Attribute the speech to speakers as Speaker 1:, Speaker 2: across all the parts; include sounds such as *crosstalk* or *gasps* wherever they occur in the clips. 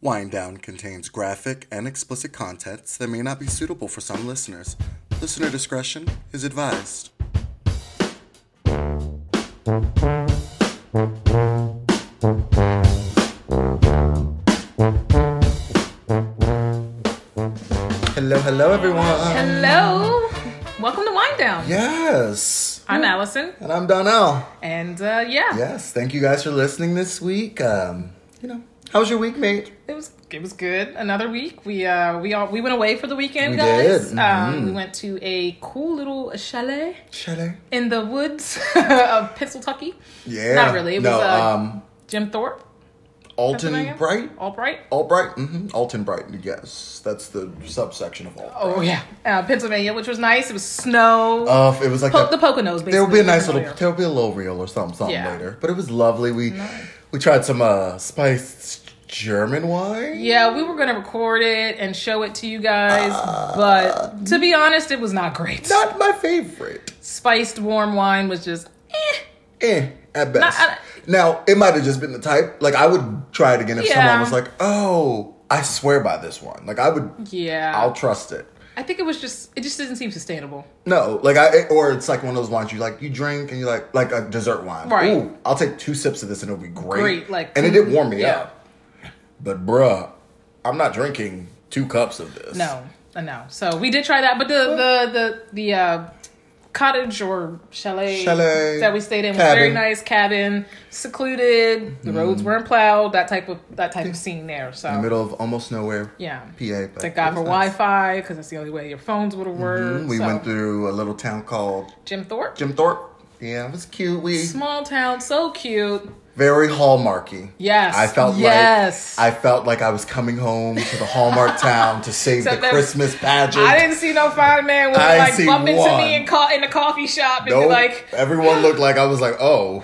Speaker 1: Wind Down contains graphic and explicit contents that may not be suitable for some listeners. Listener discretion is advised. Hello, hello, everyone.
Speaker 2: Hello. Welcome to Wind Down.
Speaker 1: Yes.
Speaker 2: I'm Allison,
Speaker 1: And I'm Donnell.
Speaker 2: and uh, yeah,
Speaker 1: Yes, thank you guys for listening this week. Um, you know, how was your week, mate?
Speaker 2: it was it was good. Another week. We uh we all we went away for the weekend,
Speaker 1: We
Speaker 2: guys.
Speaker 1: did. Mm-hmm.
Speaker 2: Um, we went to a cool little chalet
Speaker 1: Chalet.
Speaker 2: in the woods *laughs* of Pennsylvania.
Speaker 1: Yeah.
Speaker 2: Not really. It
Speaker 1: no,
Speaker 2: was uh,
Speaker 1: um,
Speaker 2: Jim Thorpe.
Speaker 1: Alton
Speaker 2: Pennsylvania?
Speaker 1: Bright.
Speaker 2: Albright.
Speaker 1: Albright. Mm-hmm. Alton Bright. Yes, that's the subsection of Albright.
Speaker 2: Oh yeah, uh, Pennsylvania, which was nice. It was snow.
Speaker 1: Uh, it was like
Speaker 2: po-
Speaker 1: a-
Speaker 2: the Poconos. Basically.
Speaker 1: there will be a nice little
Speaker 2: Earlier.
Speaker 1: there will be a little reel or something something
Speaker 2: Yeah.
Speaker 1: later. But it was lovely. We we tried some uh spiced German wine.
Speaker 2: Yeah, we were gonna record it and show it to you guys, but to be honest, it was not great.
Speaker 1: Not my favorite.
Speaker 2: Spiced warm wine was just eh.
Speaker 1: Eh, at best.
Speaker 2: I-
Speaker 1: now it might have just been the type. Like I would try it again if someone
Speaker 2: Yeah.
Speaker 1: was like, "Oh, I swear by this one." Like I would.
Speaker 2: Yeah.
Speaker 1: I'll trust it.
Speaker 2: I think it was just it just didn't seem sustainable.
Speaker 1: No, like I or it's like one of those wines you like you drink and you like like a dessert wine.
Speaker 2: Right.
Speaker 1: Ooh, I'll take two sips of this and it'll be great.
Speaker 2: Great, like-
Speaker 1: and it did warm me
Speaker 2: Yeah.
Speaker 1: up. But bruh, I'm not drinking two cups of this.
Speaker 2: No, uh, no. So we did try that, but the the the the uh, cottage or chalet,
Speaker 1: Chalet,
Speaker 2: that we stayed in was
Speaker 1: cabin.
Speaker 2: very nice cabin, secluded. The roads weren't plowed. That type of that type of scene there.
Speaker 1: In the
Speaker 2: So
Speaker 1: Mm. middle of almost nowhere.
Speaker 2: yeah,
Speaker 1: PA. But
Speaker 2: thank God
Speaker 1: it
Speaker 2: for
Speaker 1: was nice.
Speaker 2: Wi-Fi because that's the only way your phones would have worked.
Speaker 1: Mm-hmm. We
Speaker 2: so.
Speaker 1: went through a little town called
Speaker 2: Jim Thorpe,
Speaker 1: Jim Thorpe. Yeah, it was cute. We
Speaker 2: small town, so cute.
Speaker 1: very hallmarky.
Speaker 2: Yes,
Speaker 1: I felt
Speaker 2: yes.
Speaker 1: like I felt like I was coming home to the Hallmark town
Speaker 2: *laughs*
Speaker 1: to save the
Speaker 2: Except there-
Speaker 1: Christmas pageant.
Speaker 2: I didn't see no fine man would
Speaker 1: I didn't
Speaker 2: like
Speaker 1: see
Speaker 2: bump into
Speaker 1: one.
Speaker 2: me in, co- in the coffee shop and be
Speaker 1: Nope.
Speaker 2: like,
Speaker 1: everyone looked like I was like,
Speaker 2: *laughs*
Speaker 1: oh,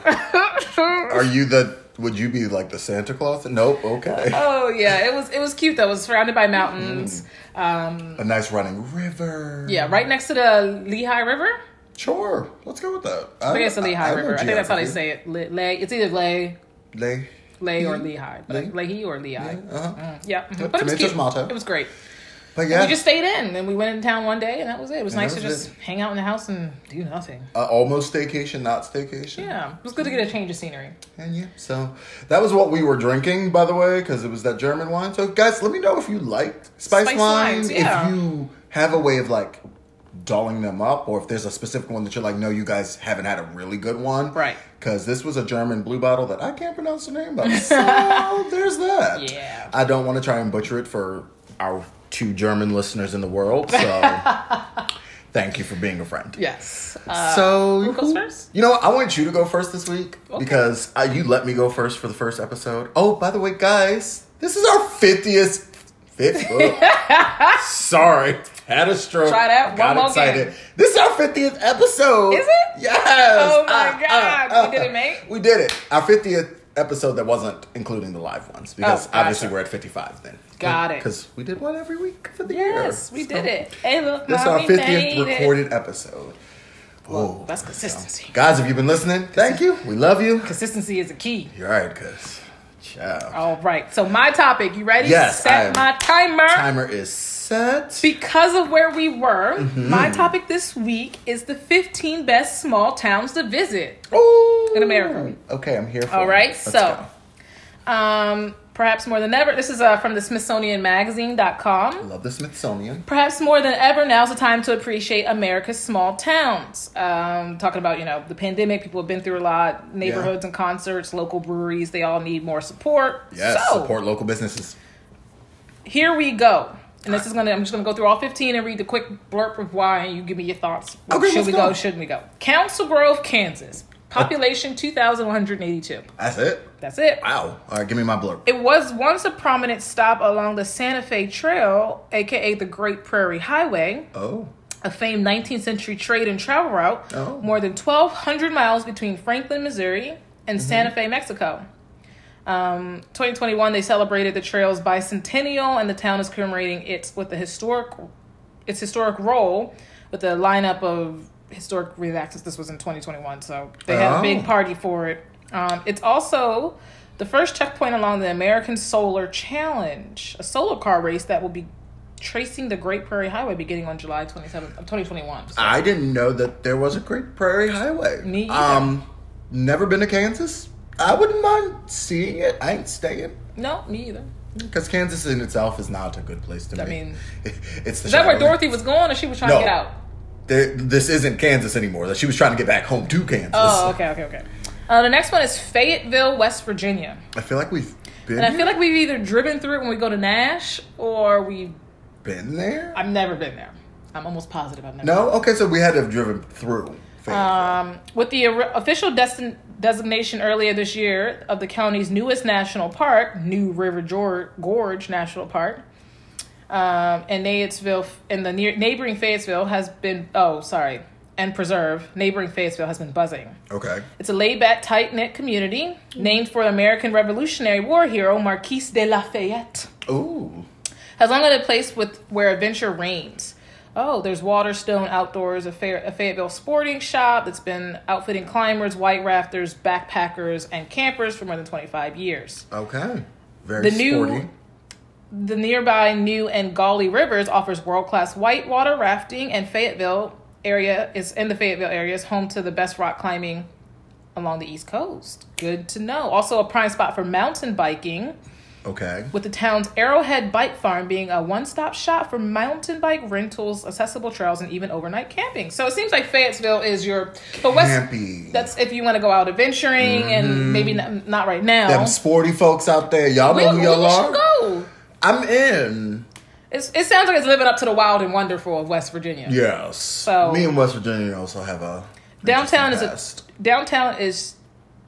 Speaker 1: are you the? Would you be like the Santa Claus? Nope. Okay.
Speaker 2: Oh yeah, it was it was cute though. It was surrounded by
Speaker 1: Mm.
Speaker 2: mountains. Um,
Speaker 1: A nice running river.
Speaker 2: yeah, right next to the Lehigh River.
Speaker 1: Sure. Let's go with that.
Speaker 2: I think it's the Lehigh
Speaker 1: know
Speaker 2: River. I think that's how they
Speaker 1: geography.
Speaker 2: say it. Le- Lay. It's either Lay,
Speaker 1: Lay.
Speaker 2: Lay or
Speaker 1: Mhm.
Speaker 2: Lehigh. But Leahy or Lehigh.
Speaker 1: Uh-huh.
Speaker 2: Yeah, mhm. but it was
Speaker 1: Tomatoes,
Speaker 2: cute.
Speaker 1: tomato.
Speaker 2: It was great.
Speaker 1: But yeah,
Speaker 2: We just stayed in, and we went in town one day, and that was it. It was
Speaker 1: And
Speaker 2: nice
Speaker 1: that
Speaker 2: to
Speaker 1: was
Speaker 2: just hang out in the house and do nothing.
Speaker 1: uh, almost staycation, not staycation.
Speaker 2: Yeah, it was good to get a change of scenery.
Speaker 1: And yeah, so that was what we were drinking, by the way, because it was that German wine. So, guys, let me know if you liked spice,
Speaker 2: Spice
Speaker 1: wines.
Speaker 2: wines, yeah.
Speaker 1: If you have a way of like dolling them up, or if there's a specific one that you're like, no, you guys haven't had a really good one.
Speaker 2: Right.
Speaker 1: Because this was a German blue bottle that I can't pronounce the
Speaker 2: *laughs*
Speaker 1: name of. So, there's that.
Speaker 2: Yeah.
Speaker 1: I don't want to try and butcher it for our two German listeners in the world.
Speaker 2: *laughs*
Speaker 1: So, thank you for being a friend.
Speaker 2: Yes. Uh,
Speaker 1: So
Speaker 2: who goes first?
Speaker 1: You know, what? I want you to go first this week
Speaker 2: Okay.
Speaker 1: because uh, you let me go first for the first episode. Oh, by the way, guys, this is our fiftieth.
Speaker 2: *laughs*
Speaker 1: Fifth. oh. Sorry, had a stroke.
Speaker 2: Try that one
Speaker 1: Got
Speaker 2: more
Speaker 1: excited.
Speaker 2: game.
Speaker 1: This is our fiftieth episode.
Speaker 2: Is it?
Speaker 1: Yes. Ah,
Speaker 2: Oh my God. We did it, mate.
Speaker 1: We did it. Our fiftieth episode that wasn't including the live ones because
Speaker 2: Oh, gotcha.
Speaker 1: obviously we're at fifty-five then.
Speaker 2: Got it.
Speaker 1: Because we did one every week for the year.
Speaker 2: yes, we did
Speaker 1: So
Speaker 2: it. Hey, look,
Speaker 1: This is
Speaker 2: Mom,
Speaker 1: our
Speaker 2: we
Speaker 1: fiftieth
Speaker 2: made it.
Speaker 1: recorded episode. Whoa.
Speaker 2: That's consistency.
Speaker 1: Guys, if you've been listening, thank you. We love you.
Speaker 2: Consistency is a key.
Speaker 1: You're right, cuz. Ciao.
Speaker 2: All right. So my topic, you ready?
Speaker 1: Yes, I am.
Speaker 2: Set my timer.
Speaker 1: Timer is set.
Speaker 2: Because of where we were,
Speaker 1: Mm-hmm.
Speaker 2: my topic this week is the 15 best small towns to visit.
Speaker 1: Oh.
Speaker 2: In America.
Speaker 1: Okay, I'm here for
Speaker 2: All
Speaker 1: it.
Speaker 2: right.
Speaker 1: Let's
Speaker 2: so, um, perhaps more than ever, this is uh, from the
Speaker 1: go.
Speaker 2: SmithsonianMagazine.com.
Speaker 1: Love the Smithsonian.
Speaker 2: Perhaps more than ever, now's the time to appreciate America's small towns. Um, talking about, you know, the pandemic, people have been through a lot, neighborhoods and concerts, local breweries, they all need more support.
Speaker 1: Yes,
Speaker 2: So,
Speaker 1: support local businesses.
Speaker 2: Here we go. And this is gonna I'm just gonna go through all 15 and read the quick blurb of why and you give me your thoughts.
Speaker 1: Okay,
Speaker 2: should
Speaker 1: let's
Speaker 2: we go?
Speaker 1: go.
Speaker 2: Shouldn't we go? Council Grove, Kansas. Population 2,182.
Speaker 1: That's it.
Speaker 2: That's it.
Speaker 1: Wow. All right, give me my blurb.
Speaker 2: It was once a prominent stop along the Santa Fe Trail, aka the Great Prairie Highway,
Speaker 1: oh.
Speaker 2: a famed 19th century trade and travel route,
Speaker 1: Oh.
Speaker 2: more than 1,200 miles between Franklin, Missouri, and
Speaker 1: Mm-hmm.
Speaker 2: Santa Fe, Mexico. Um, 2021, they celebrated the trail's bicentennial, and the town is commemorating its with the historic its historic role with a lineup of historic reenactments. This was in 2021, so they had
Speaker 1: Oh.
Speaker 2: a big party for it. Um, it's also The first checkpoint along the American Solar Challenge, a solar car race that will be tracing the Great Prairie Highway beginning on July 27th of 2021. So-
Speaker 1: I didn't know that there was a Great Prairie Highway.
Speaker 2: Me either.
Speaker 1: Um, never been to Kansas. I wouldn't mind seeing it. I ain't staying
Speaker 2: no, me either.
Speaker 1: because Kansas in itself is not a good place to.
Speaker 2: I
Speaker 1: be.
Speaker 2: mean-
Speaker 1: *laughs* it's the
Speaker 2: Is that where
Speaker 1: Shadowlands.
Speaker 2: Dorothy was going or she was trying
Speaker 1: No.
Speaker 2: to get out?
Speaker 1: Th- This isn't Kansas anymore. That she was trying to get back home to Kansas.
Speaker 2: Oh, okay, okay, okay. Uh, the next one is Fayetteville, West Virginia.
Speaker 1: I feel like we've been
Speaker 2: And I feel like we've either driven through it when we go to Nash or we've.
Speaker 1: been there.
Speaker 2: I've never been there. I'm almost positive I've never
Speaker 1: no, okay, so we had to have driven through.
Speaker 2: Um, with the or- official destin- designation earlier this year of the county's newest national park, New River Geor- Gorge National Park, um, and Fayetteville and the near- neighboring Fayetteville has been oh sorry and preserve neighboring Fayetteville has been buzzing.
Speaker 1: okay,
Speaker 2: It's a laid-back, tight-knit community named for American Revolutionary War hero Marquis de Lafayette.
Speaker 1: ooh,
Speaker 2: Has long been a place with where adventure reigns. Oh, there's Waterstone Outdoors, a, Fay- a Fayetteville sporting shop that's been outfitting climbers, white rafters, backpackers, and campers for more than 25 years.
Speaker 1: okay, very
Speaker 2: The new-
Speaker 1: sporty.
Speaker 2: The nearby New and Gauley Rivers offers world-class whitewater rafting, and Fayetteville area is in the Fayetteville area is home to the best rock climbing along the East Coast. Good to know. Also, a prime spot for mountain biking.
Speaker 1: okay,
Speaker 2: with the town's Arrowhead Bike Farm being a one-stop shop for mountain bike rentals, accessible trails, and even overnight camping. So it seems like Fayetteville is your but West.
Speaker 1: campy.
Speaker 2: That's if you want to go out adventuring and maybe not, not right now.
Speaker 1: Them sporty folks out there, y'all
Speaker 2: we,
Speaker 1: know who
Speaker 2: we
Speaker 1: y'all
Speaker 2: should
Speaker 1: are.
Speaker 2: go.
Speaker 1: I'm in.
Speaker 2: It's, it sounds like it's living up to the wild and wonderful of West Virginia.
Speaker 1: Yes.
Speaker 2: So-
Speaker 1: me and West Virginia also have a
Speaker 2: Downtown is
Speaker 1: interesting
Speaker 2: a,
Speaker 1: past.
Speaker 2: downtown is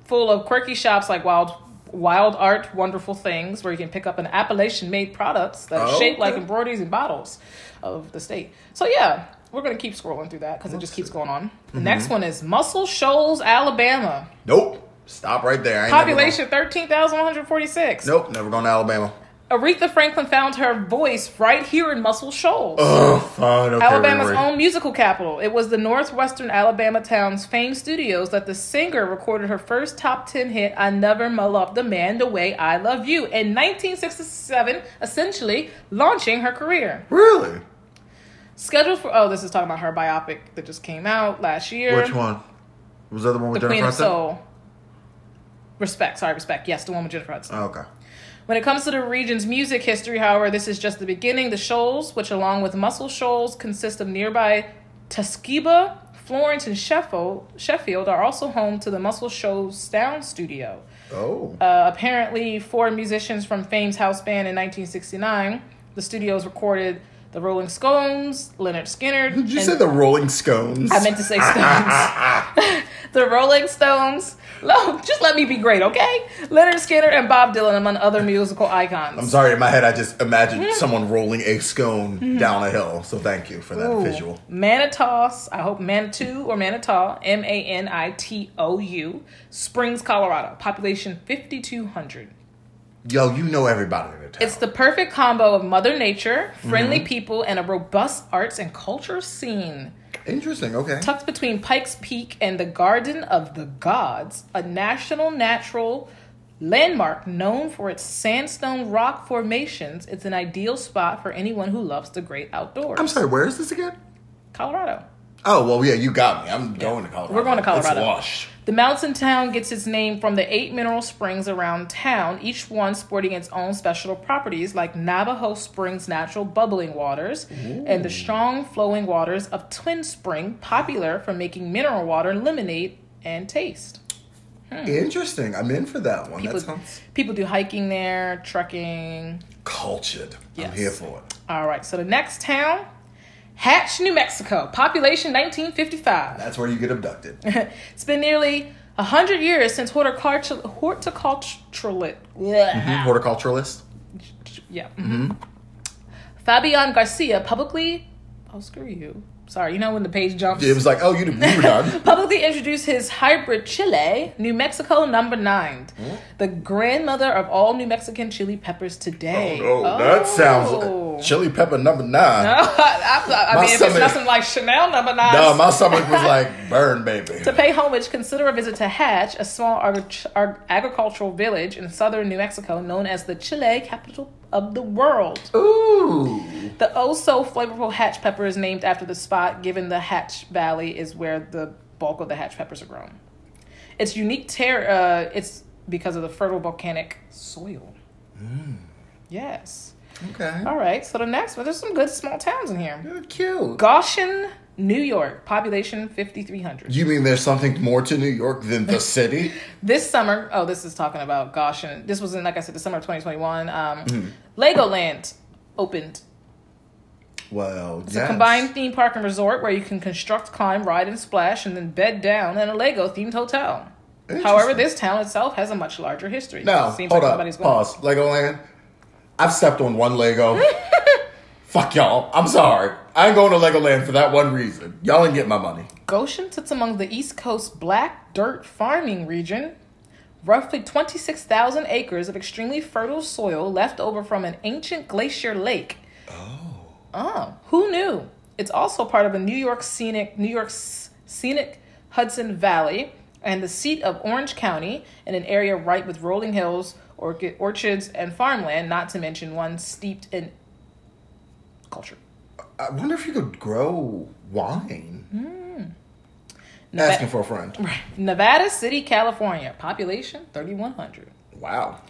Speaker 2: full of quirky shops like wild wild art, wonderful things where you can pick up an Appalachian made products that are
Speaker 1: Oh,
Speaker 2: shaped like
Speaker 1: okay.
Speaker 2: embroideries and bottles of the state. So yeah, we're gonna keep scrolling through that because it just keeps going on. The
Speaker 1: Mm-hmm.
Speaker 2: next one is Muscle Shoals, Alabama.
Speaker 1: nope. Stop right there. I ain't never
Speaker 2: Population thirteen thousand one hundred forty six.
Speaker 1: Gonna, nope. Never going to Alabama.
Speaker 2: Aretha Franklin found her voice right here in Muscle Shoals.
Speaker 1: Oh, fine. Okay,
Speaker 2: Alabama's
Speaker 1: Rory.
Speaker 2: own musical capital. It was the northwestern Alabama town's Fame Studios that the singer recorded her first top 10 hit, I Never Love the Man the Way I Love You, in 1967, essentially launching her career.
Speaker 1: Really?
Speaker 2: Scheduled for, oh, this is talking about her biopic that just came out last year.
Speaker 1: Which one? Was that the one
Speaker 2: The
Speaker 1: with
Speaker 2: Queen
Speaker 1: Jennifer
Speaker 2: of
Speaker 1: Hudson?
Speaker 2: Soul. Respect, sorry, respect. Yes, the one with Jennifer Hudson.
Speaker 1: Oh, okay.
Speaker 2: When it comes to the region's music history, however, this is just the beginning. The shoals, which along with Muscle Shoals consist of nearby Tuskegee, Florence, and Sheffield, Sheffield, are also home to the Muscle Shoals Sound Studio.
Speaker 1: Oh.
Speaker 2: Uh, apparently, four musicians from Fame's house band in 1969, the studios recorded the Rolling Stones, Leonard Skinner.
Speaker 1: Did you say the Rolling Scones?
Speaker 2: I meant to say Stones. *laughs* the Rolling Stones. No, just let me be great, okay? Leonard Skinner and Bob Dylan, among other musical icons.
Speaker 1: I'm sorry, in my head, I just imagined
Speaker 2: Mm-hmm.
Speaker 1: someone rolling a scone down a hill. So thank you for that
Speaker 2: Ooh.
Speaker 1: visual.
Speaker 2: Manitos, I hope Manitou or Manitow, M A N I T O U, Springs, Colorado, population 5,200.
Speaker 1: Yo, you know everybody in the town.
Speaker 2: It's the perfect combo of Mother Nature, friendly
Speaker 1: Mm-hmm.
Speaker 2: people, and a robust arts and culture scene.
Speaker 1: Interesting. Okay.
Speaker 2: Tucked between Pikes Peak and the Garden of the Gods, a national natural landmark known for its sandstone rock formations, it's an ideal spot for anyone who loves the great outdoors.
Speaker 1: I'm sorry. Where is this again?
Speaker 2: Colorado.
Speaker 1: Oh well, yeah, you got me. I'm going to Colorado.
Speaker 2: We're going to Colorado.
Speaker 1: It's lush.
Speaker 2: The mountain town gets its name from the eight mineral springs around town, each one sporting its own special properties like Navajo Springs natural bubbling waters and the strong flowing waters of Twin Spring, popular for making mineral water lemonade and taste.
Speaker 1: Interesting. I'm in for that one. that sounds
Speaker 2: Mm. People do hiking there, trekking.
Speaker 1: cultured.
Speaker 2: Yes.
Speaker 1: I'm here for it.
Speaker 2: All right, so the next town, Hatch, New Mexico, population 1955.
Speaker 1: That's where you get
Speaker 2: *laughs*
Speaker 1: abducted.
Speaker 2: it's been nearly 100 years since horticulture, horticultural,
Speaker 1: Mm-hmm. Horticulturalist.
Speaker 2: yeah. mhm. Fabian Garcia publicly, oh, screw you, Sorry, you know when the page jumps?
Speaker 1: It was like, oh, you, you were done.
Speaker 2: publicly introduced his hybrid chile, New Mexico number 9 the grandmother of all New Mexican chili peppers today.
Speaker 1: Oh, that sounds
Speaker 2: Oh.
Speaker 1: like chili pepper number nine.
Speaker 2: I, *laughs* I- I
Speaker 1: My
Speaker 2: mean, if it's
Speaker 1: stomach-
Speaker 2: nothing like Chanel number nine.
Speaker 1: No, my stomach was like, burn,
Speaker 2: *laughs*
Speaker 1: baby.
Speaker 2: to pay homage, consider a visit to Hatch, a small agri- ag- agricultural village in southern New Mexico known as the Chile capital of the world.
Speaker 1: Ooh.
Speaker 2: The oh so flavorful hatch pepper is named after the spot, given the Hatch Valley is where the bulk of the hatch peppers are grown. Its unique ter- uh, it's because of the fertile volcanic soil. Yes.
Speaker 1: Okay.
Speaker 2: All right. So the next one, there's some good small towns in here.
Speaker 1: You're cute.
Speaker 2: Goshen, New York, population 5,300.
Speaker 1: You mean there's something more to New York than
Speaker 2: *laughs*
Speaker 1: the city?
Speaker 2: This summer, oh, this is talking about Goshen. This was in, like I said, the summer of 2021. Um, Legoland opened
Speaker 1: Well,
Speaker 2: It's a combined theme park and resort where you can construct, climb, ride, and splash, and then bed down in a Lego themed hotel. However,
Speaker 1: Interesting.
Speaker 2: this town itself has a much larger history.
Speaker 1: No,
Speaker 2: Seems
Speaker 1: hold
Speaker 2: like
Speaker 1: up.
Speaker 2: somebody's going-
Speaker 1: Pause. Legoland. I've stepped on one
Speaker 2: *laughs*
Speaker 1: Lego. Fuck y'all. I'm sorry. I ain't going to Legoland for that one reason. Y'all ain't get my money.
Speaker 2: Goshen sits among the East Coast black dirt farming region. Roughly 26,000 acres of extremely fertile soil left over from an ancient glacier lake. Oh. Oh, who knew? It's also part of a New York scenic, New York's scenic Hudson Valley and the seat of Orange County in an area ripe with rolling hills, orchid, orchards, and farmland, not to mention one steeped in culture.
Speaker 1: I wonder if you could grow wine.
Speaker 2: Mm-hmm. Neva-
Speaker 1: Asking for a friend.
Speaker 2: Nevada City, California. Population 3,100.
Speaker 1: Wow.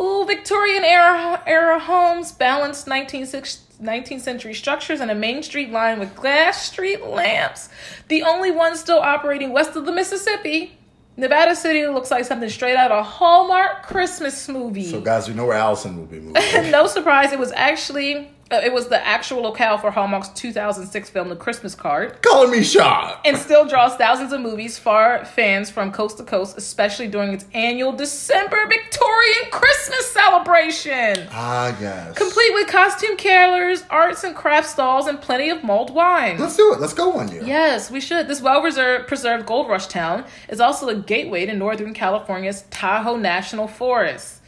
Speaker 2: Ooh, Victorian era, era homes, balanced 19th, six- 19th century structures, and a main street line with glass street lamps. The only one still operating west of the Mississippi. Nevada City looks like something straight out of a Hallmark Christmas movie.
Speaker 1: So, guys, we know where Allison will be moving.
Speaker 2: *laughs* no surprise, it was actually uh, it was the actual locale for Hallmark's 2006 film The Christmas Card
Speaker 1: Calling me shot.
Speaker 2: and still draws thousands of movies far fans from coast to coast, especially during its annual December Victorian Christmas celebration.
Speaker 1: Ah, yes.
Speaker 2: Complete with costume carolers, arts and craft stalls, and plenty of mulled wine.
Speaker 1: Let's do it. Let's go one year.
Speaker 2: Yes, we should. This well preserved gold rush town is also the gateway to Northern California's Tahoe National Forest,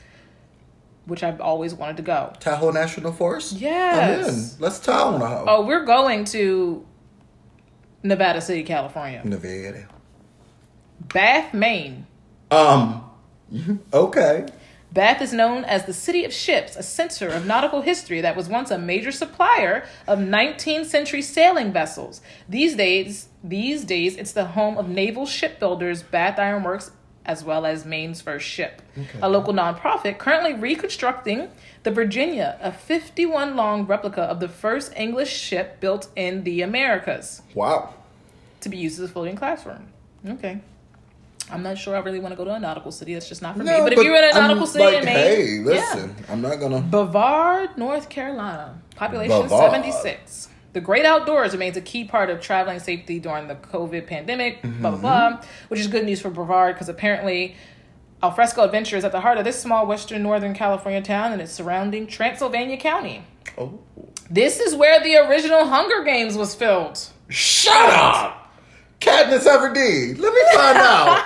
Speaker 2: which I've always wanted to go.
Speaker 1: Tahoe National Forest?
Speaker 2: Yes.
Speaker 1: I'm in. Let's Tahoe now.
Speaker 2: Oh, we're going to Nevada City, California.
Speaker 1: Nevada.
Speaker 2: Bath, Maine.
Speaker 1: Um, *laughs* okay.
Speaker 2: Bath is known as the City of Ships, a center of nautical history that was once a major supplier of 19th century sailing vessels. These days, these days it's the home of naval shipbuilders Bath Iron Works as well as Maine's first ship, a local nonprofit currently reconstructing the Virginia, a 51 long replica of the first English ship built in the Americas
Speaker 1: Wow.
Speaker 2: to be used as a floating classroom. Okay. I'm not sure I really want to go to a nautical city. That's just not for me. But, if you're in a
Speaker 1: I'm
Speaker 2: nautical city
Speaker 1: like,
Speaker 2: in Maine,
Speaker 1: Hey,
Speaker 2: yeah.
Speaker 1: listen, I'm not gonna.
Speaker 2: Brevard, North Carolina, population
Speaker 1: Brevard.
Speaker 2: 76. The great outdoors remains a key part of traveling safety during the COVID pandemic, blah,
Speaker 1: Mm-hmm.
Speaker 2: blah, blah, which is good news for Brevard because apparently Alfresco Adventure is at the heart of this small western northern California town and its surrounding Transylvania County.
Speaker 1: Oh.
Speaker 2: This is where the original Hunger Games was filmed.
Speaker 1: Shut up, Katniss Everdeen. Let me
Speaker 2: *laughs*
Speaker 1: find out.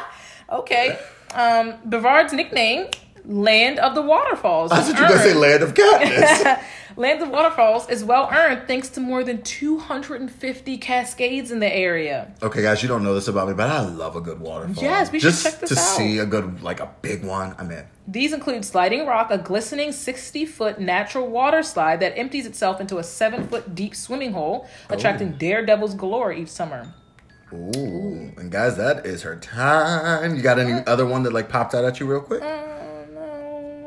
Speaker 2: Okay. Um, Brevard's nickname, Land of the Waterfalls.
Speaker 1: I
Speaker 2: is
Speaker 1: said you gonna say
Speaker 2: earned-
Speaker 1: Land of
Speaker 2: *laughs*
Speaker 1: Katniss.
Speaker 2: Land of Waterfalls is well earned thanks to more than 250 cascades in the area.
Speaker 1: okay, guys, you don't know this about me, but I love a good waterfall.
Speaker 2: Yes, we should
Speaker 1: Just
Speaker 2: check this
Speaker 1: to
Speaker 2: out.
Speaker 1: see a good, like a big one. I'm in.
Speaker 2: These include Sliding Rock, a glistening 60 foot natural water slide that empties itself into a 7 foot deep swimming hole, attracting
Speaker 1: Oh.
Speaker 2: daredevils galore each summer.
Speaker 1: Ooh, and guys, that is her time. You got any other one that like popped out at you real quick?
Speaker 2: Um, uh,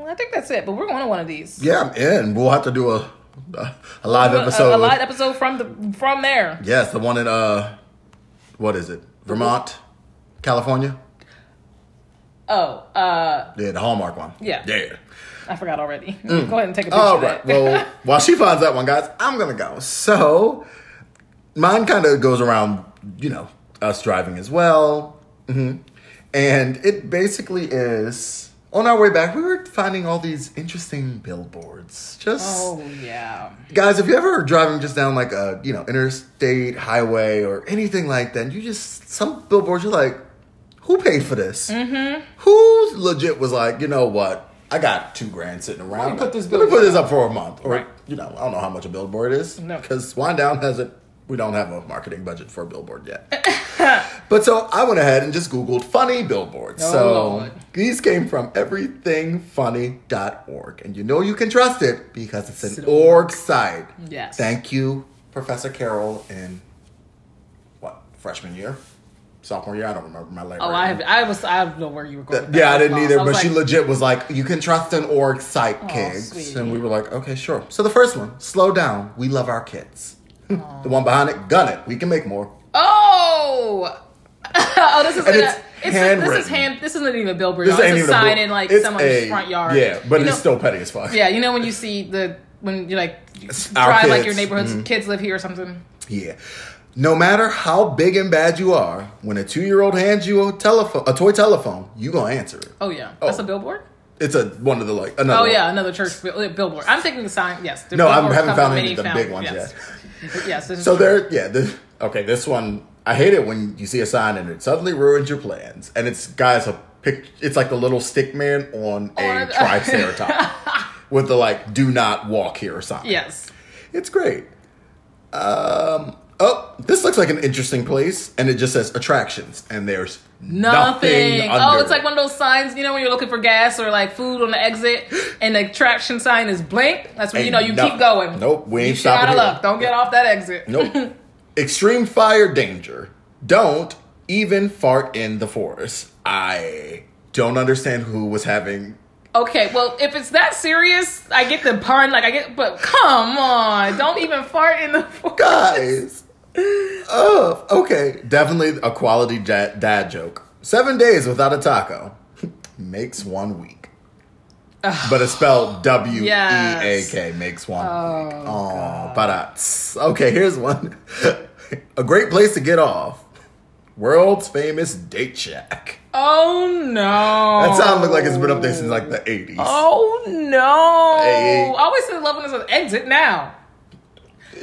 Speaker 2: I think that's it, but we're going to one of these.
Speaker 1: Yeah, I'm in. We'll have to do a a, a live
Speaker 2: A-
Speaker 1: episode.
Speaker 2: A, a live episode from the from there.
Speaker 1: Yes, the one in uh, what is it? Vermont, California.
Speaker 2: Oh, uh,
Speaker 1: Yeah, the Hallmark one.
Speaker 2: Yeah.
Speaker 1: Yeah.
Speaker 2: I forgot already. *laughs* Go ahead and take a picture.
Speaker 1: Mm. All
Speaker 2: of that.
Speaker 1: right. *laughs* Well, while she finds that one, guys, I'm gonna go. So, mine kind of goes around, you know, Mm-hmm. us driving as well, hmm and it basically is on our way back, we were finding all these interesting billboards. Just
Speaker 2: Oh yeah.
Speaker 1: guys, if you ever are driving just down like a you know interstate highway or anything like that, you just some billboards you're like, who paid for this? Mm-hmm. Who legit was like, you know what? I got two grand sitting around.
Speaker 2: put this
Speaker 1: Let me put
Speaker 2: billboard
Speaker 1: this up for a month, or
Speaker 2: Right.
Speaker 1: you know, I don't know how much a billboard is.
Speaker 2: No.
Speaker 1: because Wind Down hasn't. We don't have a marketing budget for a billboard yet.
Speaker 2: *laughs*
Speaker 1: but so I went ahead and just Googled funny billboards.
Speaker 2: Oh,
Speaker 1: so
Speaker 2: Lord.
Speaker 1: these came from everythingfunny.org. And you know you can trust it because it's an
Speaker 2: It's an
Speaker 1: org site.
Speaker 2: Yes.
Speaker 1: Thank you, Professor Carroll, in what, freshman year? Sophomore year? I don't remember my late
Speaker 2: Oh, I have, I was I don't know where you were going. with that.
Speaker 1: yeah, I
Speaker 2: was
Speaker 1: didn't
Speaker 2: lost.
Speaker 1: either,
Speaker 2: I
Speaker 1: but
Speaker 2: was
Speaker 1: she
Speaker 2: like,
Speaker 1: legit was like, you can trust an org site, kids.
Speaker 2: sweetie.
Speaker 1: And we were like, okay, sure. So the first one, slow down. We love our kids. *laughs* the one behind it, gun it. We can make more.
Speaker 2: Oh. *laughs* oh, this is
Speaker 1: And
Speaker 2: a-
Speaker 1: it's
Speaker 2: it's a- this
Speaker 1: handwritten.
Speaker 2: is hand. This isn't even a billboard.
Speaker 1: This
Speaker 2: y'all.
Speaker 1: ain't
Speaker 2: it's
Speaker 1: even
Speaker 2: a
Speaker 1: a
Speaker 2: sign
Speaker 1: book.
Speaker 2: in like
Speaker 1: It's
Speaker 2: someone's
Speaker 1: a-
Speaker 2: front yard.
Speaker 1: Yeah, but
Speaker 2: You
Speaker 1: it's
Speaker 2: know-
Speaker 1: still petty as fuck.
Speaker 2: Yeah, you know when you see the when you like you
Speaker 1: our
Speaker 2: drive like your
Speaker 1: kids. Mm-hmm.
Speaker 2: neighborhood's kids live here or something.
Speaker 1: Yeah. No matter how big and bad you are, when a two-year-old hands you a telephone, a toy telephone, you gonna answer it.
Speaker 2: Oh yeah, that's
Speaker 1: Oh.
Speaker 2: a billboard.
Speaker 1: It's a one of the like another.
Speaker 2: Oh
Speaker 1: one.
Speaker 2: yeah, another church bill- uh, billboard. I'm thinking the sign. Yes. the
Speaker 1: No, I
Speaker 2: billboard
Speaker 1: haven't
Speaker 2: covered
Speaker 1: found any
Speaker 2: many
Speaker 1: of the
Speaker 2: found-
Speaker 1: big ones
Speaker 2: yes. yet. *laughs* Yes. This is
Speaker 1: So
Speaker 2: true.
Speaker 1: there, yeah. This, okay, this one I hate it when you see a sign and it suddenly ruins your plans. And it's guys a pic. It's like the little stick man on a
Speaker 2: *laughs* On- *laughs*
Speaker 1: triceratops with the like "Do not walk here" sign.
Speaker 2: Yes.
Speaker 1: It's great. Um, oh, this looks like an interesting place, and it just says attractions, and there's nothing.
Speaker 2: Nothing.
Speaker 1: under
Speaker 2: Oh, it's
Speaker 1: it.
Speaker 2: like one of those signs, you know, when you're looking for gas or like food on the exit and the attraction sign is blank. That's when you
Speaker 1: Ain't
Speaker 2: know you
Speaker 1: no-
Speaker 2: keep going.
Speaker 1: Nope, we ain't
Speaker 2: you shit out
Speaker 1: stopping
Speaker 2: of
Speaker 1: here.
Speaker 2: luck. Don't get off that exit.
Speaker 1: Nope. *laughs* Extreme fire danger. Don't even fart in the forest. I don't understand who was having.
Speaker 2: Okay, well, if it's that serious, I get the pun. Like I get, but come on, don't even fart in the.
Speaker 1: Guys! Ugh. Okay. Definitely a quality da- dad joke. Seven days without a taco *laughs* makes one week. But it's spelled W E A
Speaker 2: Yes.
Speaker 1: K makes one week.
Speaker 2: Oh,
Speaker 1: Oh, but okay, here's one. *laughs* a great place to get off. World's famous date shack.
Speaker 2: Oh no!
Speaker 1: That sound look like it's been up there since like the 80s.
Speaker 2: Oh no!
Speaker 1: Hey.
Speaker 2: I always say love when it says exit now.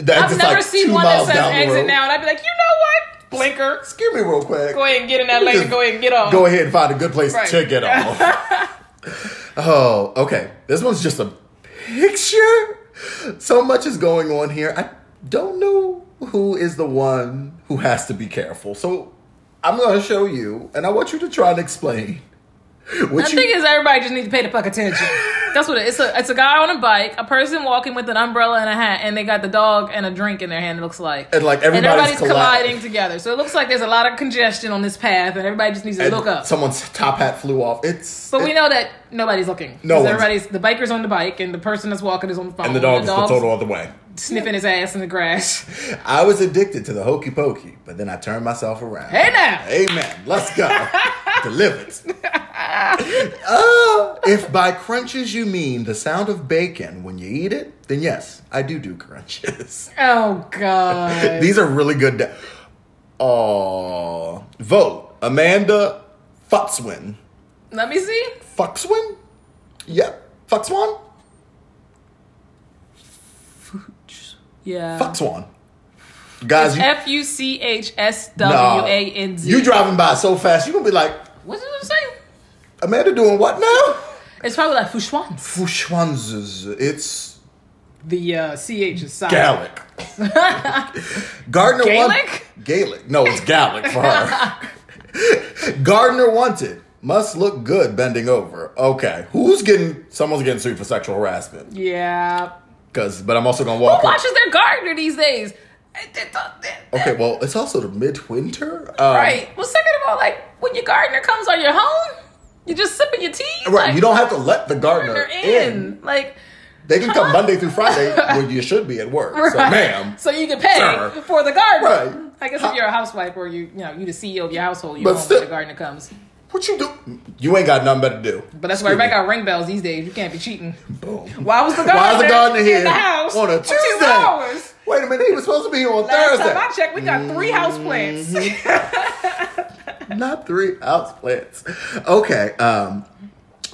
Speaker 1: That's
Speaker 2: I've
Speaker 1: just,
Speaker 2: never
Speaker 1: like,
Speaker 2: seen
Speaker 1: two
Speaker 2: one that
Speaker 1: miles
Speaker 2: says
Speaker 1: down the
Speaker 2: exit
Speaker 1: road.
Speaker 2: now, and I'd be like, you know what, blinker,
Speaker 1: Excuse me real quick.
Speaker 2: go ahead and get in that lane and go ahead and get off.
Speaker 1: Go ahead and find a good place
Speaker 2: Right.
Speaker 1: to get off.
Speaker 2: *laughs*
Speaker 1: oh, okay. This one's just a picture. So much is going on here. I don't know who is the one who has to be careful. So I'm going to show you, and I want you to try and explain.
Speaker 2: The
Speaker 1: What you,
Speaker 2: thing is, everybody just needs to pay the fuck attention. That's what it is. It's a, it's a guy on a bike, a person walking with an umbrella and a hat, and they got the dog and a drink in their hand, it looks like.
Speaker 1: And, like, everybody's colliding.
Speaker 2: colliding together. So it looks like there's a lot of congestion on this path, and everybody just needs to
Speaker 1: and
Speaker 2: look up.
Speaker 1: Someone's top hat flew off. It's
Speaker 2: but we
Speaker 1: it-
Speaker 2: know that nobody's looking.
Speaker 1: No
Speaker 2: 'Cause
Speaker 1: one's-
Speaker 2: everybody's the biker's on the bike, and the person that's walking is on the phone.
Speaker 1: and the dog is the
Speaker 2: dog's
Speaker 1: total other way.
Speaker 2: sniffing his ass in the grass. *laughs*
Speaker 1: I was addicted to the hokey pokey, but then I turned myself around.
Speaker 2: Hey now.
Speaker 1: Amen. Let's
Speaker 2: *laughs*
Speaker 1: go. Delivered. Uh, if by crunches you mean the sound of bacon when you eat it, then yes, I do do crunches.
Speaker 2: Oh god.
Speaker 1: These are really good. Da- Aw. Vote Amanda Futzwin.
Speaker 2: Let me see.
Speaker 1: Fuxwin? Yep. Fuxwan?
Speaker 2: Yeah.
Speaker 1: Fuxwan. Guys, you,
Speaker 2: F U C H S W A N Z.
Speaker 1: you driving by so fast, you're going to be like,
Speaker 2: What did it say?
Speaker 1: Amanda doing what now?
Speaker 2: It's probably like Fushwans.
Speaker 1: Fushwanzes. It's
Speaker 2: The uh, CH is silent.
Speaker 1: Gaelic. *laughs* Gardner
Speaker 2: Gaelic?
Speaker 1: want- Gaelic. No, it's Gaelic for her. *laughs* Gardner wanted. Must look good bending over. Okay, who's getting? Someone's getting sued for sexual harassment.
Speaker 2: Yeah.
Speaker 1: Cause, but I'm also gonna walk.
Speaker 2: Who watches their gardener these days?
Speaker 1: Okay, well, it's also the midwinter. Um,
Speaker 2: Right. Well, second of all, like when your gardener comes on your home, you're just sipping your tea.
Speaker 1: Right.
Speaker 2: like,
Speaker 1: You don't have to let the gardener
Speaker 2: gardener
Speaker 1: in.
Speaker 2: in. Like,
Speaker 1: They can come Monday through Friday when you should be at work. So,
Speaker 2: right.
Speaker 1: ma'am.
Speaker 2: So you can pay
Speaker 1: sir.
Speaker 2: for the gardener.
Speaker 1: Right.
Speaker 2: I guess if you're a housewife or you, you know, you the CEO of your household, you
Speaker 1: But
Speaker 2: don't
Speaker 1: still-
Speaker 2: when the gardener comes.
Speaker 1: What you do? You ain't got nothing better to do.
Speaker 2: But that's why everybody got ring bells these days. You can't be cheating.
Speaker 1: Boom.
Speaker 2: Why was the gardener,
Speaker 1: Why is the gardener here
Speaker 2: in the house
Speaker 1: on a
Speaker 2: for two
Speaker 1: Tuesday?
Speaker 2: hours?
Speaker 1: Wait a minute, he was supposed to be here on
Speaker 2: Last
Speaker 1: Thursday. Mm-hmm.
Speaker 2: time I checked, we got three house plants.
Speaker 1: Not three house plants. Okay, um,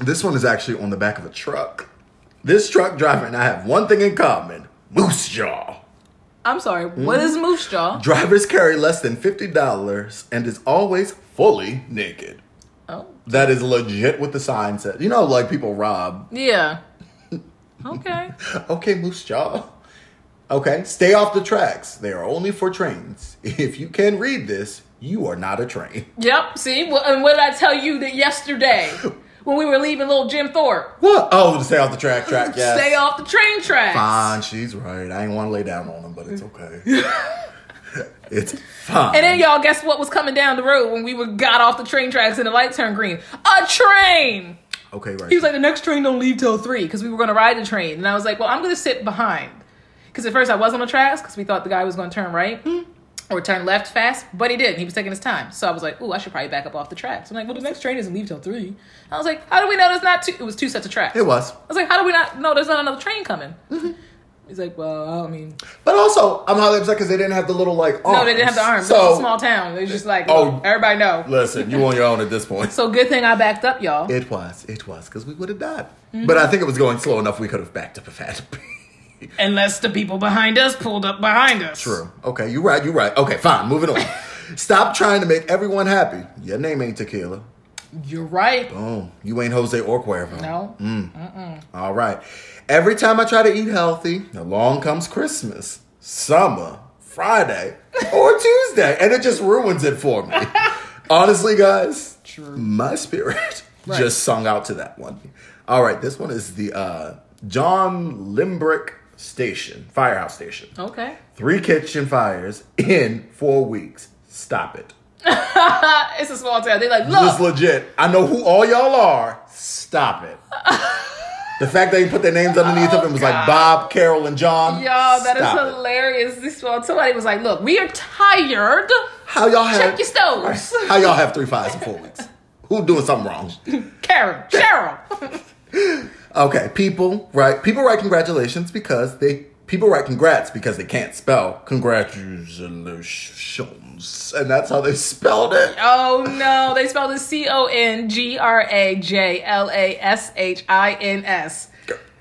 Speaker 1: This one is actually on the back of a truck. This truck driver and I have one thing in common moose jaw.
Speaker 2: I'm sorry. What
Speaker 1: Mm-hmm.
Speaker 2: is moose jaw?
Speaker 1: Drivers carry less than $50 and is always fully naked.
Speaker 2: Oh,
Speaker 1: That is legit what the sign says. You know, like people rob.
Speaker 2: yeah. Okay.
Speaker 1: *laughs* Okay, Moose Jaw. Okay, stay off the tracks. They are only for trains. *laughs* If you can read this, you are not a train. *laughs*
Speaker 2: Yep. See, well, and what did I tell you that yesterday when we were leaving little Jim Thorpe?
Speaker 1: What? Oh, stay off the track, track, yes.
Speaker 2: *laughs* Stay off the train tracks.
Speaker 1: Fine, she's right. I ain't want to lay down on him, but it's
Speaker 2: *laughs*
Speaker 1: okay. it's fine.
Speaker 2: And then y'all, guess what was coming down the road when we were got off the train tracks and the light turned green? A train.
Speaker 1: okay, right.
Speaker 2: He was like, the next train don't leave till three because we were gonna ride the train, and I was like, well, I'm gonna sit behind because at first I was on the tracks because we thought the guy was gonna turn right. Or turn left fast, but he didn't. He was taking his time. So I was like, ooh, I should probably back up off the tracks. I'm like, well, the next train doesn't leave till three. I was like, how do we know there's not two? It was two sets of tracks.
Speaker 1: it was.
Speaker 2: I was like, how do we not know there's not another train coming? He's like, well, I mean,
Speaker 1: But also, I'm highly upset because they didn't have the little, like, arms.
Speaker 2: no, they didn't have the arms. it was
Speaker 1: So,
Speaker 2: a small town. It was just like,
Speaker 1: Oh.
Speaker 2: everybody know.
Speaker 1: *laughs* listen, you on your own at this point. *laughs*
Speaker 2: So good thing I backed up, y'all.
Speaker 1: It was. It was because we would have died.
Speaker 2: Mm-hmm.
Speaker 1: But I think it was going slow enough we could have backed up if *laughs* had to be.
Speaker 2: Unless the people behind us pulled up behind us.
Speaker 1: True. Okay, you right. You right. Okay, fine. Moving
Speaker 2: *laughs*
Speaker 1: on. Stop trying to make everyone happy. Your name ain't Tequila.
Speaker 2: You're right.
Speaker 1: Oh, you ain't Jose or Cuervo.
Speaker 2: No.
Speaker 1: All right. Every time I try to eat healthy, along comes Christmas, summer,
Speaker 2: *laughs*
Speaker 1: Friday, or Tuesday, and it just ruins it for me. Honestly, guys,
Speaker 2: True.
Speaker 1: my spirit *laughs*
Speaker 2: Right.
Speaker 1: just sung out to that one. All right, this one is the uh, John Limbrick Station, Firehouse Station.
Speaker 2: Okay.
Speaker 1: Three kitchen fires in four weeks. Stop it.
Speaker 2: It's a small town. They're like,
Speaker 1: This
Speaker 2: look,
Speaker 1: is legit. I know who all y'all are. Stop it. the fact they put their names underneath of it was like
Speaker 2: Oh, God.
Speaker 1: Bob, Carol, and John.
Speaker 2: y'all, that is
Speaker 1: Stop it.
Speaker 2: hilarious. This small somebody was like, look, we are tired.
Speaker 1: How y'all have
Speaker 2: Check your stoves.
Speaker 1: How y'all have three fires in four weeks? Who doing something wrong?
Speaker 2: Karen,
Speaker 1: *laughs*
Speaker 2: Cheryl.
Speaker 1: Okay, people write people write congratulations because they people write congrats because they can't spell congratulations, and that's how they spelled it.
Speaker 2: Oh no, they spelled it C O N G R A J L A S H I N S.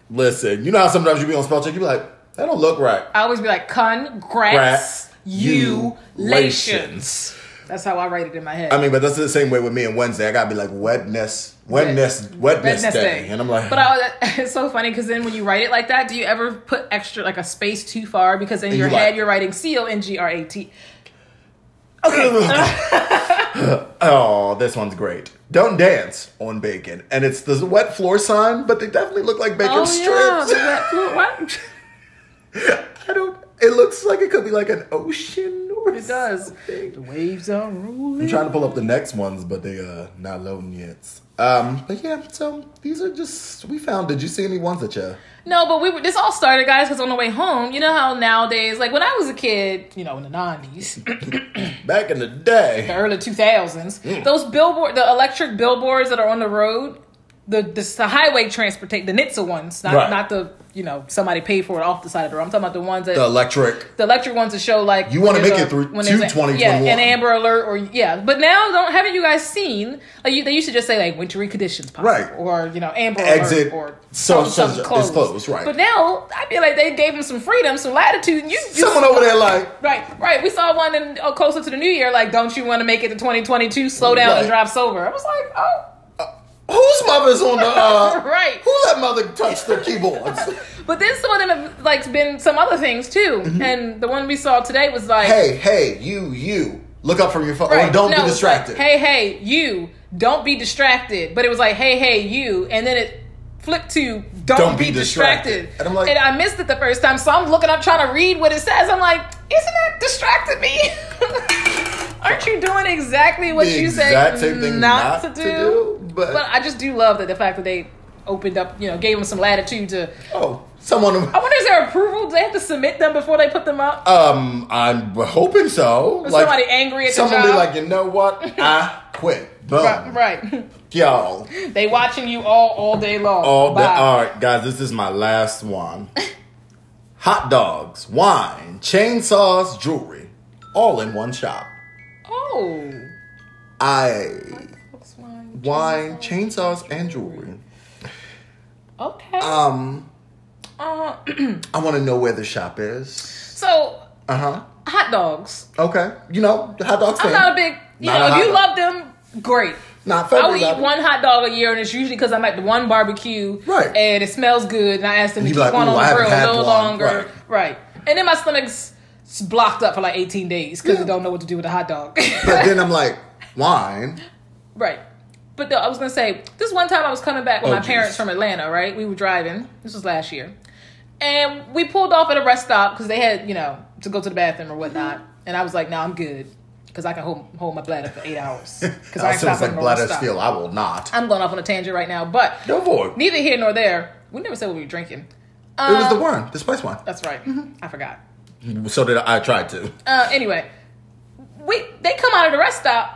Speaker 1: Listen, you know how sometimes you be on spell check, you be like, that don't look right.
Speaker 2: I always be like, congrats, you
Speaker 1: Congratulations.
Speaker 2: lations. That's how I write it in my head.
Speaker 1: I mean, but that's the same way with me and Wednesday. I gotta be like wetness, wetness, wetness
Speaker 2: Wednesday.
Speaker 1: day, and I'm like,
Speaker 2: but I was, *laughs* it's so funny because then when you write it like that, do you ever put extra like a space too far? Because in your
Speaker 1: you like-
Speaker 2: head you're writing C O N G R A T.
Speaker 1: *laughs*
Speaker 2: *laughs*
Speaker 1: oh, this one's great. Don't dance on bacon, and it's the wet floor sign, but they definitely look like bacon
Speaker 2: Oh yeah,
Speaker 1: strips.
Speaker 2: the wet flu- what?
Speaker 1: *laughs* I don't. It looks like it could be like an ocean, or
Speaker 2: *laughs* It does.
Speaker 1: something.
Speaker 2: The waves are
Speaker 1: I'm
Speaker 2: rolling.
Speaker 1: trying to pull up the next ones, but they uh not loading yet. Um, but yeah, so these are just we found. Did you see any ones that you?
Speaker 2: No, but we were, this all started, guys, because on the way home, you know how nowadays, like when I was a kid, you know, in the nineties,
Speaker 1: Back in the day,
Speaker 2: the early 2000s those billboard the electric billboards that are on the road the the, the highway transportation the nitsa ones not
Speaker 1: Right.
Speaker 2: not the you know somebody paid for it off the side of the road i'm talking about the ones that
Speaker 1: the
Speaker 2: the,
Speaker 1: electric.
Speaker 2: electric ones that show like
Speaker 1: You
Speaker 2: when
Speaker 1: wanna
Speaker 2: there's
Speaker 1: make
Speaker 2: a-
Speaker 1: it through
Speaker 2: when there's
Speaker 1: to
Speaker 2: a-
Speaker 1: 2021.
Speaker 2: yeah an amber alert or yeah but now don't haven't you guys seen like you, they used to just say like wintry conditions possible
Speaker 1: Right.
Speaker 2: or you know amber
Speaker 1: Exit,
Speaker 2: alert or
Speaker 1: so- so-
Speaker 2: something
Speaker 1: it's
Speaker 2: closed.
Speaker 1: closed, right.
Speaker 2: but now i feel like they gave them some freedom some latitude and you, you
Speaker 1: Someone over there like
Speaker 2: Right, right. We saw one in oh, closer to the new year. Like, don't you want to make it to 2022? Slow down
Speaker 1: Right.
Speaker 2: and drive sober. I was like, oh,
Speaker 1: uh, Whose mother's on the *laughs* uh,
Speaker 2: *laughs* Right.
Speaker 1: Who let mother touch the keyboards?
Speaker 2: but then some of them have like been some other things too.
Speaker 1: Mm-hmm.
Speaker 2: And the one we saw today was like,
Speaker 1: hey, hey, you, you, look up from your phone.
Speaker 2: right,
Speaker 1: Or don't
Speaker 2: no,
Speaker 1: be
Speaker 2: it's
Speaker 1: distracted.
Speaker 2: like, hey, hey, you, don't be distracted. But it was like, hey, hey, you, and then it flipped to don't,
Speaker 1: Don't
Speaker 2: be,
Speaker 1: be
Speaker 2: distracted.
Speaker 1: distracted. And I'm like-
Speaker 2: and I missed it the first time, so I'm looking up trying to read what it says. I'm like, isn't that distracted me? *laughs* Aren't you doing exactly what
Speaker 1: The
Speaker 2: you
Speaker 1: exact
Speaker 2: said
Speaker 1: same thing
Speaker 2: not,
Speaker 1: not
Speaker 2: to
Speaker 1: to
Speaker 2: do?
Speaker 1: do, but-
Speaker 2: but, I just do love that the fact that they opened up, you know, gave them some latitude to.
Speaker 1: Oh, someone.
Speaker 2: I wonder is there approval? Do they have to submit them before they put them up?
Speaker 1: Um, I'm hoping so.
Speaker 2: Was somebody angry at the
Speaker 1: someone be
Speaker 2: job?
Speaker 1: like, you know *laughs* what? I quit. Boom.
Speaker 2: right, right. *laughs*
Speaker 1: Y'all.
Speaker 2: They watching you all all day long.
Speaker 1: All uh,
Speaker 2: Bye.
Speaker 1: that. All right, guys. This is my last one. Hot dogs, wine, chainsaws, jewelry, all in one shop.
Speaker 2: Oh.
Speaker 1: I
Speaker 2: Looks fine.
Speaker 1: wine, chainsaws, and jewelry.
Speaker 2: Okay.
Speaker 1: Um,
Speaker 2: Uh, *clears throat*
Speaker 1: I want to know where the shop is.
Speaker 2: so
Speaker 1: Uh huh.
Speaker 2: hot dogs.
Speaker 1: Okay. You know, the hot dog
Speaker 2: I'm
Speaker 1: stand.
Speaker 2: not a big. You
Speaker 1: Not a
Speaker 2: know,
Speaker 1: hot
Speaker 2: if you
Speaker 1: dog.
Speaker 2: love them, great.
Speaker 1: Not
Speaker 2: I'll
Speaker 1: February. *laughs*
Speaker 2: eat one hot dog a year, and it's usually because I'm at the one barbecue,
Speaker 1: Right.
Speaker 2: And it smells good, and I ask them to
Speaker 1: You
Speaker 2: keep
Speaker 1: be like,
Speaker 2: one
Speaker 1: "Ooh,
Speaker 2: on
Speaker 1: I
Speaker 2: the
Speaker 1: haven't
Speaker 2: grill
Speaker 1: had
Speaker 2: no
Speaker 1: one."
Speaker 2: longer, right. And then my stomach's s- blocked up for like 18 days because
Speaker 1: Yeah.
Speaker 2: I don't know what to do with a hot dog,
Speaker 1: But then I'm like, wine.
Speaker 2: right? But though, I was gonna say this one time I was coming back with
Speaker 1: Oh,
Speaker 2: my
Speaker 1: geez.
Speaker 2: parents from Atlanta, right? We were driving. This was last year, and we pulled off at a rest stop because they had you know to go to the bathroom or whatnot, and I was like, "No, I'm good." Because I can hold, hold my bladder for eight hours.
Speaker 1: *laughs*
Speaker 2: Because
Speaker 1: I was like, blood as
Speaker 2: stop.
Speaker 1: steel. I will not.
Speaker 2: I'm going off on a tangent right now, but
Speaker 1: Go for it.
Speaker 2: neither here nor there. We never said what we were drinking.
Speaker 1: It
Speaker 2: Um, uh,
Speaker 1: was the Mm-hmm. wine, the spice wine.
Speaker 2: That's right. I forgot.
Speaker 1: So did I, I tried to.
Speaker 2: Uh, anyway, we they come out of the rest stop,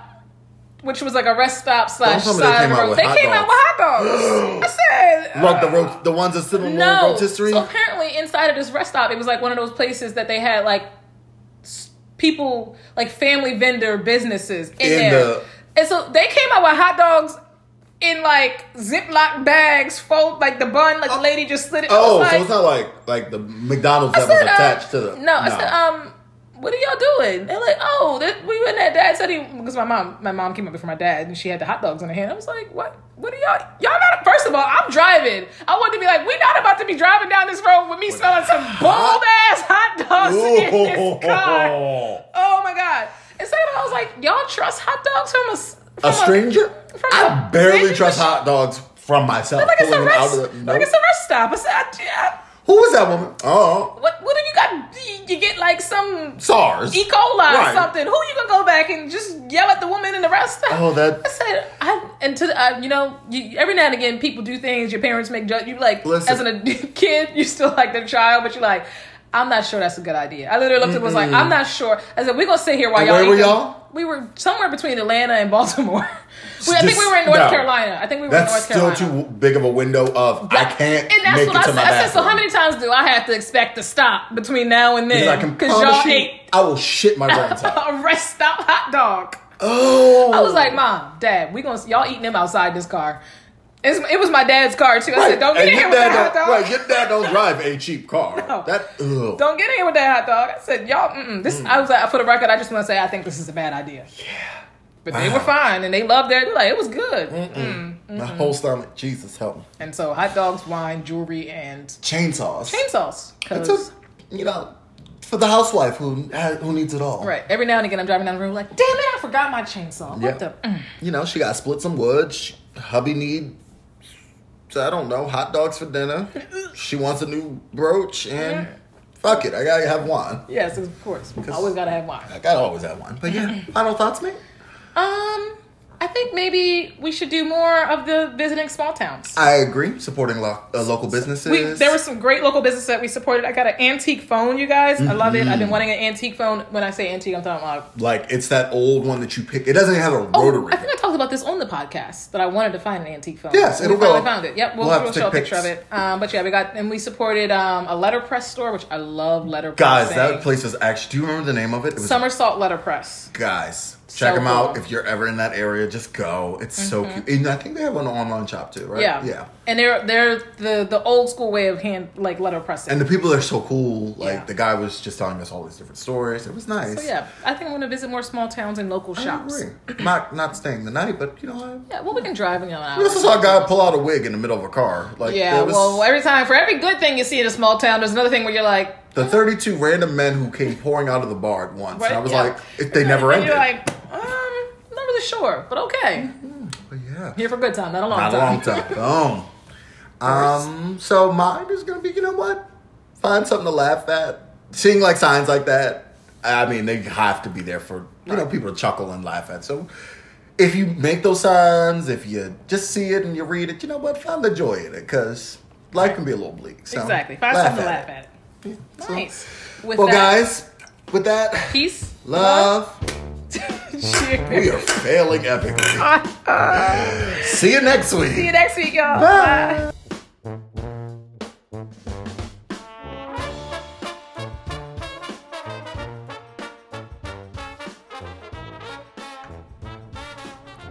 Speaker 2: which was like a rest stop slash
Speaker 1: tell me they
Speaker 2: side of
Speaker 1: came
Speaker 2: the
Speaker 1: out
Speaker 2: road.
Speaker 1: with
Speaker 2: They
Speaker 1: hot
Speaker 2: came out with
Speaker 1: *gasps*
Speaker 2: hot dogs. I said, uh,
Speaker 1: Like the ro- the ones that sit on the
Speaker 2: no.
Speaker 1: rotisserie.
Speaker 2: So apparently, inside of this rest stop, it was like one of those places that they had like s- people, like family vendor businesses in,
Speaker 1: In
Speaker 2: there.
Speaker 1: the-
Speaker 2: and so they came out with hot dogs in like Ziploc bags, fold like the bun, like the lady just slid it. I was
Speaker 1: Oh,
Speaker 2: like-
Speaker 1: so it's not like like the McDonald's that
Speaker 2: I
Speaker 1: was
Speaker 2: said, uh,
Speaker 1: attached to the.
Speaker 2: No, I said, um, what are y'all doing? They're like, oh, that, we went at dad said he because my mom, my mom came up before my dad and she had the hot dogs in her hand. I was like, what? What are y'all? Y'all not. First of all, I'm driving. I want to be like, we not about to be driving down this road with me smelling some bold ass hot dogs *laughs* in this car. Oh my god! And second, of all, I was like, y'all trust hot dogs from a s- from
Speaker 1: a stranger.
Speaker 2: from
Speaker 1: I
Speaker 2: a
Speaker 1: barely
Speaker 2: vending
Speaker 1: trust
Speaker 2: machine.
Speaker 1: hot dogs from myself.
Speaker 2: Like it's a
Speaker 1: Pulling them out
Speaker 2: rest,
Speaker 1: of the-
Speaker 2: like
Speaker 1: Nope.
Speaker 2: it's a rest stop. I said, I, I,
Speaker 1: Who was that woman? Oh,
Speaker 2: what? What have you got? You get like some
Speaker 1: SARS.
Speaker 2: E. coli
Speaker 1: Right.
Speaker 2: or something. Who you gonna go back and just yell at the woman in the restaurant?
Speaker 1: Oh, that-
Speaker 2: I said, I and to the, I, you know, you, every now and again people do things. Your parents make judge. You like
Speaker 1: Listen.
Speaker 2: as an ad- *laughs* kid, you still like their child, but you're like, I'm not sure that's a good idea. I literally looked at him and was like, I'm not sure. I said, we're gonna sit here while
Speaker 1: And
Speaker 2: y'all.
Speaker 1: where
Speaker 2: eat
Speaker 1: were
Speaker 2: this."
Speaker 1: y'all?
Speaker 2: We were somewhere between Atlanta and Baltimore. *laughs* we, I think we were in
Speaker 1: This-
Speaker 2: North
Speaker 1: no.
Speaker 2: Carolina. I think we were in
Speaker 1: That's
Speaker 2: North
Speaker 1: still
Speaker 2: Carolina.
Speaker 1: too big of a window of I can't
Speaker 2: And that's
Speaker 1: make
Speaker 2: what
Speaker 1: it
Speaker 2: I
Speaker 1: to
Speaker 2: said.
Speaker 1: my
Speaker 2: I said, so
Speaker 1: bathroom.
Speaker 2: how many times do I have to expect to stop between now and
Speaker 1: Because I
Speaker 2: then?
Speaker 1: can
Speaker 2: Because
Speaker 1: promise
Speaker 2: y'all
Speaker 1: you,
Speaker 2: ate
Speaker 1: I will shit my brains
Speaker 2: *laughs*
Speaker 1: out.
Speaker 2: a rest stop hot dog.
Speaker 1: Oh,
Speaker 2: I was like, Mom, Dad, we gonna y'all eating them outside this car. It's, it was my dad's car too. I said, Don't get in here with that hot dog.
Speaker 1: Right, your dad don't drive a cheap
Speaker 2: *laughs*
Speaker 1: car. That ugh.
Speaker 2: Don't get in here with that hot dog. I said, Y'all, mm-mm. this. I was like, for the record, I just want to say I think this is a bad idea. Mm. Yeah. But they were fine and they loved their. They're like, it was good.
Speaker 1: my whole stomach. Jesus help me.
Speaker 2: And so hot dogs, wine, jewelry, and
Speaker 1: Chainsaws.
Speaker 2: cream sauce. 'Cause-
Speaker 1: It's a, you know, for the housewife who ha- who needs it all.
Speaker 2: right. Every now and again, I'm driving down the road like, damn it, I forgot my chainsaw.
Speaker 1: Yeah.
Speaker 2: What the? mm.
Speaker 1: You know, she got to split some wood. She, hubby need, I don't know, hot dogs for
Speaker 2: *laughs*
Speaker 1: dinner. she wants a new brooch and fuck it, I gotta have wine.
Speaker 2: Yes, of course. Always gotta have wine.
Speaker 1: I gotta always have wine. But yeah,
Speaker 2: *laughs*
Speaker 1: final thoughts, mate.
Speaker 2: Um, I think maybe we should do more of the visiting small towns.
Speaker 1: I agree. Supporting lo- uh, local businesses.
Speaker 2: We, there were some great local businesses that we supported. I got an antique phone, you guys. I love it. I've
Speaker 1: Mm-hmm.
Speaker 2: been wanting an antique phone. When I say antique, I'm talking about.
Speaker 1: like it's that old one that you pick. It doesn't have a
Speaker 2: Oh,
Speaker 1: rotary.
Speaker 2: I think I talked about this on the podcast that I wanted to find an antique phone.
Speaker 1: Yes,
Speaker 2: we
Speaker 1: it'll
Speaker 2: finally
Speaker 1: go.
Speaker 2: found it. Yep, we'll,
Speaker 1: We'll have
Speaker 2: we'll
Speaker 1: to
Speaker 2: show a
Speaker 1: take
Speaker 2: picture of it. Um, but yeah, we got and we supported um, a letterpress store, which I love letterpress.
Speaker 1: Guys, that place is actually. Do you remember the name of it? It was
Speaker 2: Somersault Letterpress.
Speaker 1: Guys, check
Speaker 2: So
Speaker 1: them out
Speaker 2: cool. Mm-hmm.
Speaker 1: if you're ever in that area. Just go. It's so cute, and I think they have an online shop too, right?
Speaker 2: Yeah,
Speaker 1: yeah.
Speaker 2: And they're they're the the old school way of hand like letterpressing.
Speaker 1: And the people are so cool. Like
Speaker 2: Yeah.
Speaker 1: the guy was just telling us all these different stories. It was nice.
Speaker 2: So yeah, I think I'm gonna visit more small towns and local
Speaker 1: I
Speaker 2: shops.
Speaker 1: agree. not not staying the night, but you know, I,
Speaker 2: Yeah, well, we can drive in an
Speaker 1: this is
Speaker 2: hour.
Speaker 1: how a guy pull out a wig in the middle of a car. Like
Speaker 2: Yeah,
Speaker 1: there was
Speaker 2: well, every time for every good thing you see in a small town, there's another thing where you're like,
Speaker 1: the thirty-two random men who came pouring out of the bar at once,
Speaker 2: right?
Speaker 1: and I was
Speaker 2: Yeah.
Speaker 1: like, it, they
Speaker 2: *laughs*
Speaker 1: never
Speaker 2: and
Speaker 1: ended.
Speaker 2: You're like, um, not really sure, but okay.
Speaker 1: but yeah,
Speaker 2: Here for a good time, not a long
Speaker 1: not a
Speaker 2: time.
Speaker 1: long time. Boom. Um, so mine is gonna be, you know what? Find something to laugh at. Seeing like signs like that. I mean, they have to be there for you know people to chuckle and laugh at. So if you make those signs, if you just see it and you read it, you know what? Find the joy in it because life can be a little bleak. So
Speaker 2: exactly. Find something to laugh at.
Speaker 1: it. Yeah, so-
Speaker 2: Nice. With
Speaker 1: well,
Speaker 2: that,
Speaker 1: guys, with that,
Speaker 2: peace, *laughs*
Speaker 1: love.
Speaker 2: cheers.
Speaker 1: We are failing
Speaker 2: *laughs*
Speaker 1: epically. See you next week.
Speaker 2: See you next week, y'all.
Speaker 1: Bye.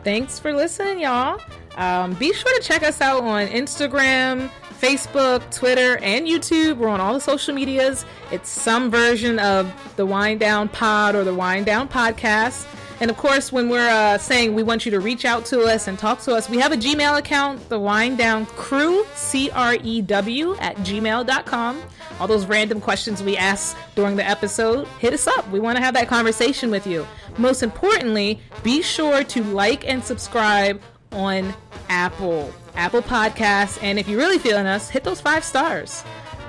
Speaker 2: Thanks for listening, y'all. Um, be sure to check us out on Instagram, Facebook, Twitter, and YouTube. We're on all the social medias. It's some version of the Wind Down Pod or the Wind Down Podcast. And of course, when we're uh, saying we want you to reach out to us and talk to us, we have a Gmail account, the Wind Down Crew, C R E W, at gmail.com. All those random questions we ask during the episode, hit us up. We want to have that conversation with you. Most importantly, be sure to like and subscribe on Apple, Apple Podcasts. And if you're really feeling us, hit those five stars.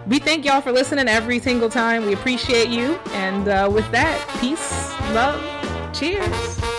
Speaker 2: We thank y'all for listening every single time. We appreciate you. And uh, with that, peace, love, cheers.